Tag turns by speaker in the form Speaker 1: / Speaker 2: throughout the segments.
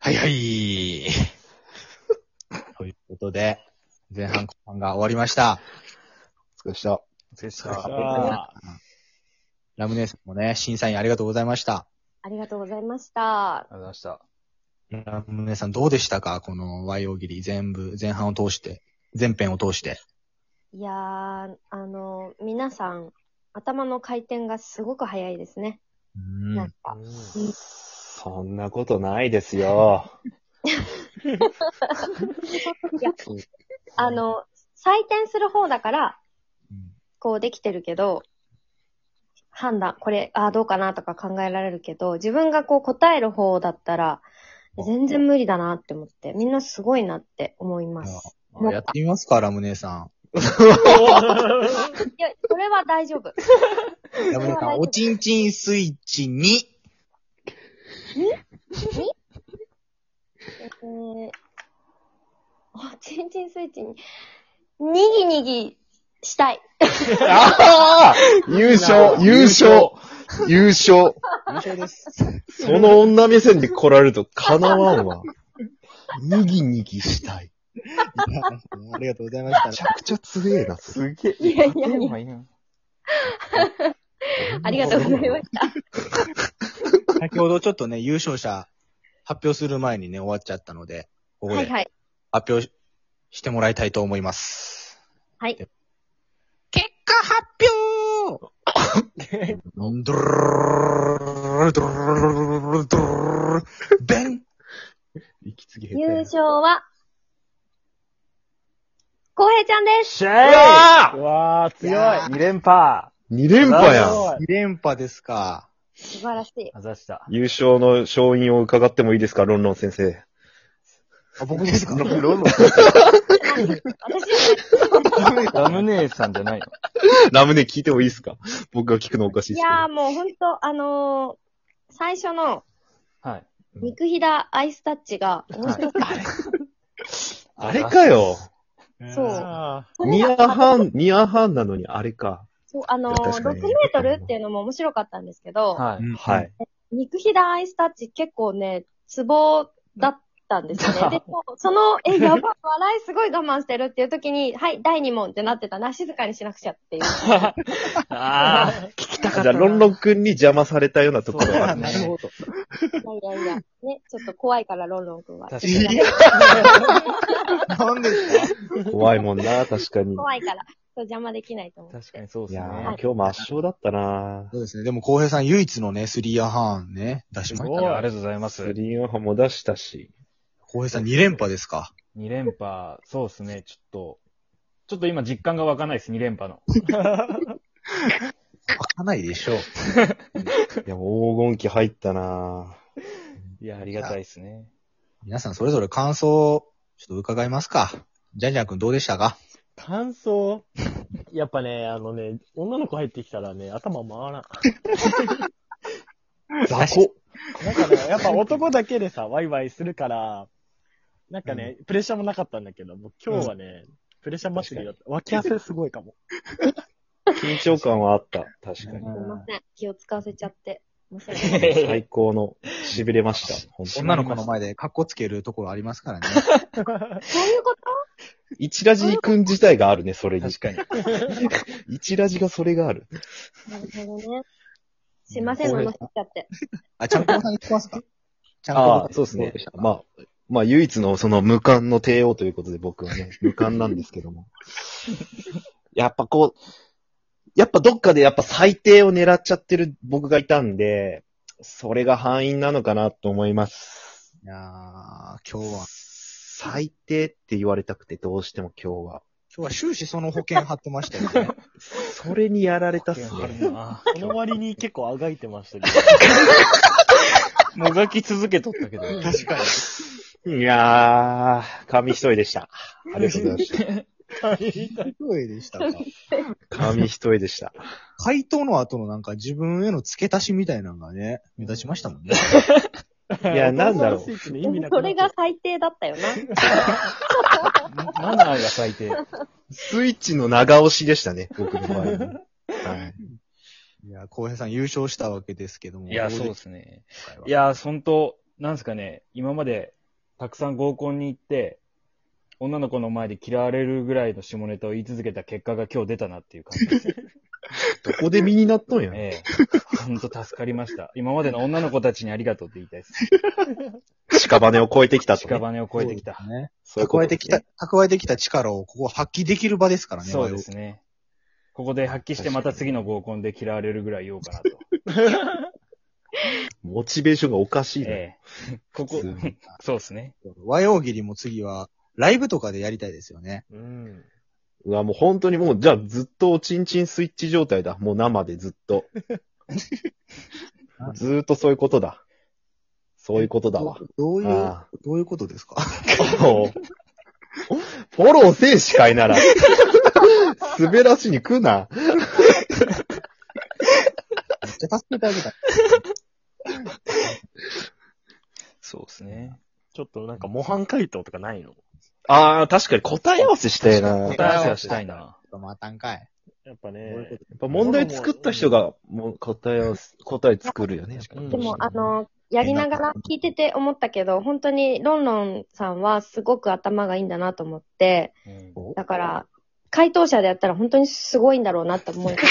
Speaker 1: はいはい。ということで、前半後半が終わりました。
Speaker 2: お疲れ様でした。
Speaker 1: でし
Speaker 2: さ
Speaker 3: あ
Speaker 1: ラムネさんもね、審査員ありがとうございました。
Speaker 4: ありがとうございました。
Speaker 2: ありがとうございました。
Speaker 1: ラムネさんどうでしたかこのワイオギリ全部、前半を通して、前編を通して。
Speaker 4: いやー、あの、皆さん、頭の回転がすごく早いですね。
Speaker 1: うん
Speaker 4: なんか、
Speaker 2: そんなことないです よ。
Speaker 4: あの、採点する方だから、こうできてるけど、判断、これ、ああ、どうかなとか考えられるけど、自分がこう答える方だったら、全然無理だなって思って、みんなすごいなって思います。
Speaker 1: うんやってみますかラムネさ
Speaker 4: いや、それは大丈夫。
Speaker 1: ん。ラムネさん、おちんちんスイッチ2。
Speaker 4: えー、あ、チンチンスイッチに、にぎにぎしたい。
Speaker 2: ああ優勝優勝優勝
Speaker 1: 優勝です。
Speaker 2: その女目線で来られるとかなわんわ。にぎにぎしたい。
Speaker 1: いやありがとうございました
Speaker 2: めち。ゃくちゃ強えな、それ
Speaker 3: すげえ。
Speaker 4: いやいやいや
Speaker 3: 勝てんの
Speaker 4: ありがとうござ いました。
Speaker 1: 先ほどちょっとね、優勝者発表する前にね、終わっちゃったので、ここ
Speaker 4: はい
Speaker 1: で
Speaker 4: はい。
Speaker 1: 発表ししてもらいたいと思います。
Speaker 4: はい
Speaker 1: で。結果発表ドルルルルルルルルベン
Speaker 2: 息継ぎ下手や
Speaker 4: 優勝は、浩平ちゃんです。
Speaker 3: シェ
Speaker 2: うわ
Speaker 3: イうわー、強い
Speaker 1: いやー
Speaker 3: !2 連覇
Speaker 2: 二連覇やん
Speaker 3: 強い
Speaker 1: 2連覇ですか。
Speaker 4: 素晴らしい。
Speaker 3: あざした。
Speaker 2: 優勝の勝因を伺ってもいいですか、ロンロン先生。
Speaker 1: あ、僕ですか
Speaker 3: ラムネーさんじゃないの
Speaker 2: ラムネ聞いてもいいですか僕が聞くのおかしい
Speaker 4: い
Speaker 2: ですけど。
Speaker 4: やーもうほんと、あのー、最初の、
Speaker 3: はい。
Speaker 4: 肉ひだアイスタッチが面白かっ
Speaker 2: あれかよ。
Speaker 4: そう
Speaker 3: あ
Speaker 4: た。
Speaker 2: ニアハン、ニアハンなのにあれか。
Speaker 4: そう、あのー、
Speaker 2: 確か
Speaker 4: 6
Speaker 2: に
Speaker 4: メートルっていうのも面白かったんですけ
Speaker 3: ー
Speaker 4: ど、
Speaker 3: はい。
Speaker 2: は。い。
Speaker 4: 肉ひだアイスタッチ結構ね、ツボだったんですよね。で、もうその、え、やばい、笑いすごい我慢してるっていう時に、はい、第2問ってなってたな、静かにしなくちゃっていう。
Speaker 3: あー、聞きた
Speaker 2: じゃあ、ロンロン君に邪魔されたようなところがある
Speaker 3: なるほ
Speaker 1: ど。
Speaker 4: いやいやいや、ね、ちょっと怖いから、ロンロン君は。
Speaker 3: 確
Speaker 1: いやなんですか
Speaker 2: 怖いもんな、確かに。
Speaker 4: 怖いから、そう邪魔できないと思う。
Speaker 3: 確かにそうで
Speaker 2: い
Speaker 3: す
Speaker 2: やー、
Speaker 3: ね
Speaker 2: 今。日も圧勝だったな
Speaker 1: そうですね。でも、浩平さん唯一のね、スリーアハーンね、出し
Speaker 3: す
Speaker 1: まし
Speaker 3: ご
Speaker 1: た
Speaker 3: い。
Speaker 1: ね。
Speaker 3: ありがとうございま
Speaker 2: ス
Speaker 3: す。
Speaker 2: リーンハも出したし。
Speaker 1: 浩平さん2連覇ですか。
Speaker 3: 2連覇、そうですね、ちょっと。ちょっと今実感が湧かないです、2連覇の。
Speaker 1: 開かないでしょう。
Speaker 2: いや、もう黄金期入ったない
Speaker 3: や、ありがたいですね。
Speaker 1: 皆さんそれぞれ感想をちょっと伺いますか。ジャンジャン君どうでしたか
Speaker 5: 感 想やっぱね、あのね、女の子入ってきたらね、頭回らん。
Speaker 2: 雑魚
Speaker 5: なんかね、やっぱ男だけでさ、ワイワイするから、なんかね、プレッシャーもなかったんだけど、もう今日はね、プレッシャー祭りだった。脇汗すごいか も。
Speaker 2: 緊張感はあった。確か
Speaker 4: すいません。気を使わせちゃって。申し訳ない。
Speaker 2: に。最高の、痺れました。本当に
Speaker 1: 女の子の前でカッコつけるところありますからね。
Speaker 4: そういうこと
Speaker 2: 一ラジ君自体があるね、それに
Speaker 3: 確。かに。
Speaker 2: 一ラジがそれがある。
Speaker 4: なるほどね。すいません、
Speaker 1: これ
Speaker 4: 罵っちゃって。
Speaker 1: あ、ちゃんこぼさんに聞きますかちゃんこ
Speaker 2: ああ
Speaker 1: ぼ、
Speaker 2: そうですね。
Speaker 1: まあ、
Speaker 2: まあ、まあ、唯一のその無冠の帝王ということで僕は ね、無冠なんですけども。やっぱこう、やっぱどっかでやっぱ最低を狙っちゃってる僕がいたんで、それが敗因なのかなと思います。
Speaker 1: いやー今日は、
Speaker 2: 最低って言われたくてどうしても今日は。
Speaker 1: 今日は終始その保険貼ってましたよね。
Speaker 2: それにやられたっす
Speaker 3: あ
Speaker 2: ね。
Speaker 3: るな
Speaker 5: その割に結構あがいてましたけ
Speaker 3: もがき続けとったけど。
Speaker 1: 確かに。
Speaker 2: いやー、紙一重でした。ありがとうございました。
Speaker 5: ど。
Speaker 1: 声でしたか。
Speaker 2: 紙一重でした。
Speaker 1: 回答の後のなんか自分への付け足しみたいなのがね、目立ちましたもんね。
Speaker 5: い
Speaker 2: やなんだろう
Speaker 5: スイッチの意味な
Speaker 4: そ
Speaker 5: くなっちゃ
Speaker 4: れ
Speaker 5: う
Speaker 4: が最低だったよな。
Speaker 3: マナーが最低。
Speaker 2: スイッチの長押しでしたね、僕の場合は。はい。
Speaker 1: いや、浩平さん優勝したわけですけども。
Speaker 3: いや、そう
Speaker 1: ど
Speaker 3: で
Speaker 1: し
Speaker 3: すね。
Speaker 1: たか
Speaker 3: いや、本当なんですかね、今までたくさん合コンに行って、女の子の前で嫌われるぐらいの下ネタを言い続けた結果が今日出たなっていう感じです。
Speaker 2: どこで身になっとんや。
Speaker 3: え え。ほんと助かりました。今までの女の子たちにありがとうって言いたいです。
Speaker 2: 屍を超えてきたとね、
Speaker 3: 屍を超えてきた。
Speaker 1: ね。
Speaker 2: そういうこ
Speaker 1: 蓄
Speaker 2: と
Speaker 1: え
Speaker 2: で
Speaker 1: て
Speaker 2: す
Speaker 1: き
Speaker 2: ね
Speaker 1: た、蓄えてきた力をここ発揮できる場ですからね。
Speaker 3: そうですね。ここで発揮してまた次の合コンで嫌われるぐらい言おうかなと。
Speaker 2: モチベーションがおかしいな。
Speaker 3: ええ。 ここ、そうですね。
Speaker 1: 我々。和洋切りも次は、ライブとかでやりたいですよね。
Speaker 5: うん。
Speaker 2: うわ、もう本当にもう、じゃあずっとおちんちんスイッチ状態だ。もう生でずっ と。ずーっとそういうことだ。そういうことだわ。
Speaker 1: どういう、
Speaker 2: ああ
Speaker 1: どういうことですか
Speaker 2: もう フォローせえ司会な ら。滑らしに来うな。
Speaker 1: めっちゃ助けてあげたい。
Speaker 3: そうですね。
Speaker 5: ちょっとなんか模範回答とかないの
Speaker 2: ああ、確かに答え合わせしたいな。やっ
Speaker 3: 答え合わせしたいな。
Speaker 1: またんかい。
Speaker 5: やっぱね。
Speaker 1: どういうこ
Speaker 2: ぱ問題作った人が、もう答え合わせ、答え作るよね。
Speaker 5: かに
Speaker 4: でも、あの、やりながら聞いてて思ったけど、本当にロンロンさんはすごく頭がいいんだなと思って、
Speaker 3: うん
Speaker 4: だから、回答者でやったら本当にすごいんだろうなって思います。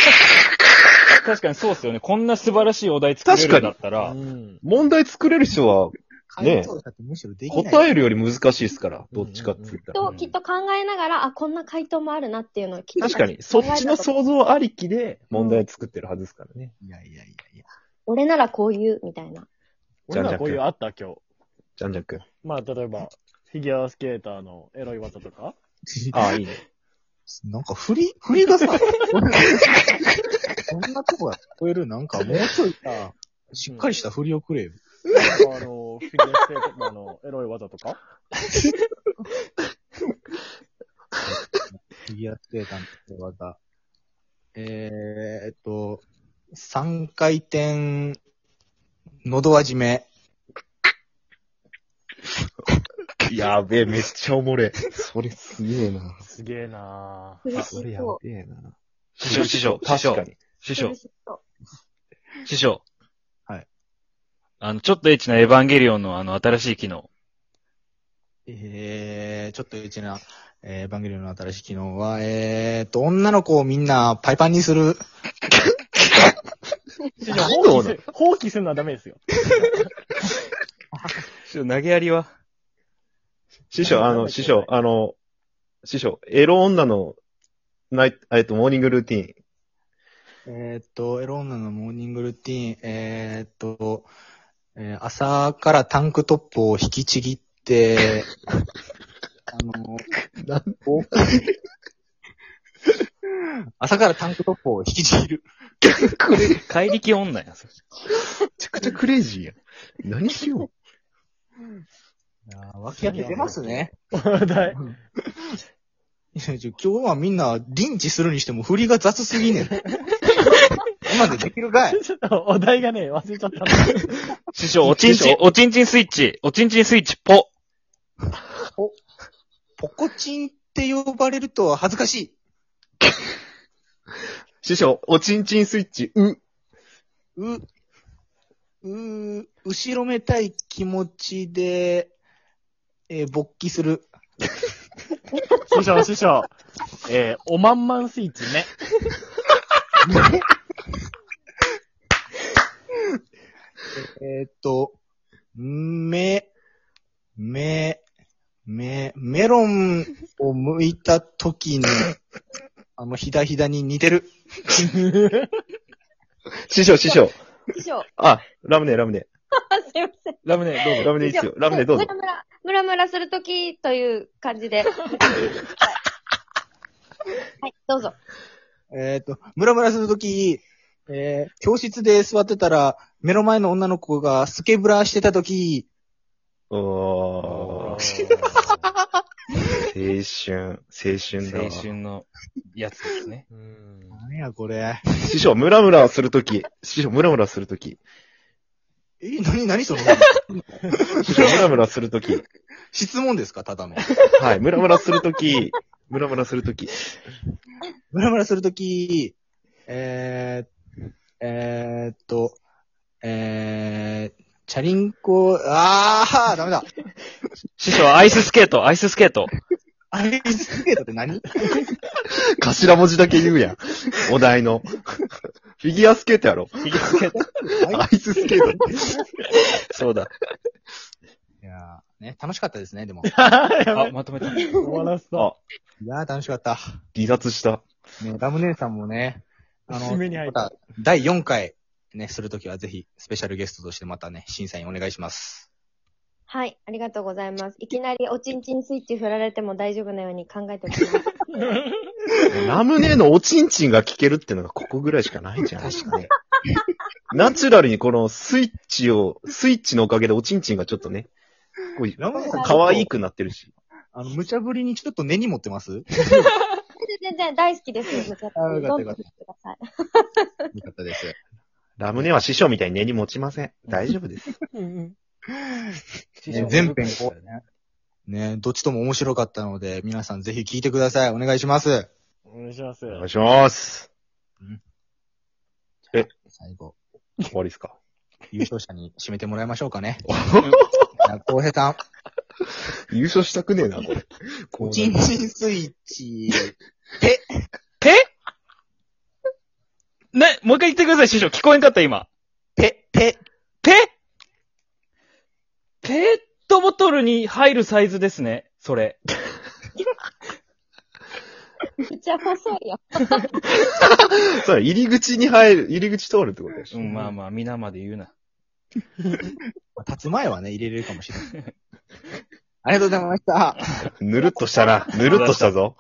Speaker 3: 確かにそうですよね。こんな素晴らしいお題作れるんだったら
Speaker 5: う、ん。
Speaker 2: 問題作れる人は、
Speaker 1: 回答者ってむしろできない。
Speaker 2: 答えるより難しいですから、どっちかって言ったら。
Speaker 4: と、きっと考えながら、あ、こんな回答もあるなっていうのを聞いて
Speaker 2: 確かに、そっちの想像ありきで問題作ってるはずですからね。
Speaker 1: いやいやいやいや。
Speaker 4: 俺ならこう言う、みたいな。
Speaker 5: 俺らこういうあった今日。
Speaker 2: ジャンジャン君。
Speaker 5: まあ、例えば、フィギュアスケーターのエロい技とか。
Speaker 2: ああ、いいね。
Speaker 1: なんか振り、振りがさ、そんなとこが聞こえる、なんかもうちょいさ、しっかりした振りをくれよ。
Speaker 5: なんかあの、フィギュアスケーターのエロい技とか。
Speaker 1: フィギュアスケーターの手技。えーっと、3回転、喉輪締め。
Speaker 2: やべえ、めっちゃおも れ。それすげえな。
Speaker 5: すげえな
Speaker 4: 苦し
Speaker 2: それや
Speaker 4: そ
Speaker 2: べえな。
Speaker 6: 師匠、師匠、 師
Speaker 2: 確
Speaker 6: 匠、
Speaker 2: かに。
Speaker 6: 師
Speaker 4: う。
Speaker 6: 匠
Speaker 4: 苦、しそう。
Speaker 6: 師匠。
Speaker 1: はい。
Speaker 6: あの、ちょっとエッチなエヴァンゲリオンのあの、新しい機能。
Speaker 1: えー、ちょっとうちな、えー、番組の新しい機能は、えーっと、女の子をみんなパイパンにする。
Speaker 5: 師匠、放棄する、放棄するのはダメですよ。
Speaker 6: 投げやりは
Speaker 2: 師匠、あの、師匠、あの、師匠、エロ女の、ナイえっと、モーニングルーティーン。
Speaker 1: えーっと、エロ女のモーニングルーティーン、えーっと、えー朝からタンクトップを引きちぎ って、あの、お朝からタンクトップを引きちぎる。
Speaker 6: 怪力女やん、それ
Speaker 2: めちゃくちゃクレイジーやん。何しよ
Speaker 1: 脇役出ますね。
Speaker 5: 話題。
Speaker 1: いやちょ今日はみんな、リンチするにしても振りが雑すぎねえ。 今でできるかい
Speaker 5: ちょっとお題がね、忘れちゃったんだ。
Speaker 6: 師匠、おちん
Speaker 2: 師
Speaker 6: ちん
Speaker 2: 匠、
Speaker 6: おちんちんスイッチ、おちんちんスイッチ、ポ。
Speaker 1: ポコチンって呼ばれると恥ずかしい。
Speaker 2: う。師匠、おちんちんスイッチ、う。
Speaker 1: う、う、後ろめたい気持ちで、えー勃起する。
Speaker 5: 師匠、師匠。えー、おまんまんスイッチね。
Speaker 1: えーっと、め、め、め、メロンを剥いた時に、あの、ひだひだに似てる。
Speaker 2: 師匠、師匠。
Speaker 4: 師匠、
Speaker 2: あ、ラムネ、ラムネ。
Speaker 4: あすいません。
Speaker 2: ラムネ、どうぞ。ラムネいいっすよ。ラムネ、どうぞ
Speaker 4: ム。ラムラ、ムラムラするときという 感じで。はい、どうぞ。
Speaker 1: えーっと、ムラムラするとき、えー教室で座ってたら、目の前の女の子がスケブラしてたとき、
Speaker 2: おー、青春、青春だわ
Speaker 6: 青。春のやつですね。
Speaker 1: 何やこれ。
Speaker 2: 師匠、ムラムラするとき、師匠、ムラムラするとき、
Speaker 1: えー、何、何その
Speaker 2: 師匠、ムラムラするとき、
Speaker 1: 質問ですかただの。
Speaker 2: はい、ムラムラするとき、ムラムラするとき、
Speaker 1: ムラムラするとき、えー、えーっと、えー、チャリンコ、あー、ダメだ。
Speaker 6: 師匠、アイススケート、アイススケート。
Speaker 1: アイススケートって何
Speaker 2: 頭文字だけ言うやん。お題の。フィギュアスケートやろ。
Speaker 6: フィギュアスケート。
Speaker 2: アイススケート。
Speaker 6: そうだ。
Speaker 1: いやー、ね、楽しかったですね、でも。
Speaker 6: あ、まとめた。
Speaker 5: 終わらせた。
Speaker 1: いやー、楽しかった。
Speaker 2: 離脱した。
Speaker 1: ね、ラム姉さんもね、あの、
Speaker 5: 締めに入っ
Speaker 1: ま
Speaker 5: た
Speaker 1: た第4回、ね、するときはぜひ、スペシャルゲストとしてまたね、審査員お願いします。
Speaker 4: はい、ありがとうございます。いきなりおちんちんスイッチ振られても大丈夫なように考 えておきます。
Speaker 2: ラムネのおちんちんが聞けるってのがここぐらいしかないじゃん。確かに。ナチュラルにこのスイッチを、スイッチのおかげでおちんちんがちょっとね、こう
Speaker 1: ラムネ
Speaker 2: 可愛くなってるし。
Speaker 1: あの、無茶ぶりにちょっと根に持ってますよ
Speaker 4: 全然大好きです。よ
Speaker 1: あよかったよかった
Speaker 4: ください。
Speaker 1: かったです。
Speaker 2: ラムネは師匠みたいに根に持ちません。大丈夫です。
Speaker 1: ね、全編後編ね。ね、どっちとも面白かったので、皆さんぜひ聞いてください。お願いします。
Speaker 5: お願いします。
Speaker 2: お願いします。
Speaker 1: 最後、
Speaker 2: 終わりですか。
Speaker 1: 優勝者に締めてもらいましょうかね。浩平さん、
Speaker 2: 優勝したくねえな、これ。
Speaker 1: おちんちんスイッチ。
Speaker 6: ペね、もう一回言ってください、師匠。聞こえんかった、今。
Speaker 1: ペ、ペ、
Speaker 6: ペペットボトルに入るサイズですね、それ。
Speaker 4: めっちゃ細いよ。
Speaker 2: そう、入り口に入る、入り口通るってことでしょ。
Speaker 6: うん、まあまあ、皆まで言うな。
Speaker 1: 立つ前はね、入れれるかもしれ ない。ありがとうございました。
Speaker 2: ぬるっとしたな。ぬるっとしたぞ。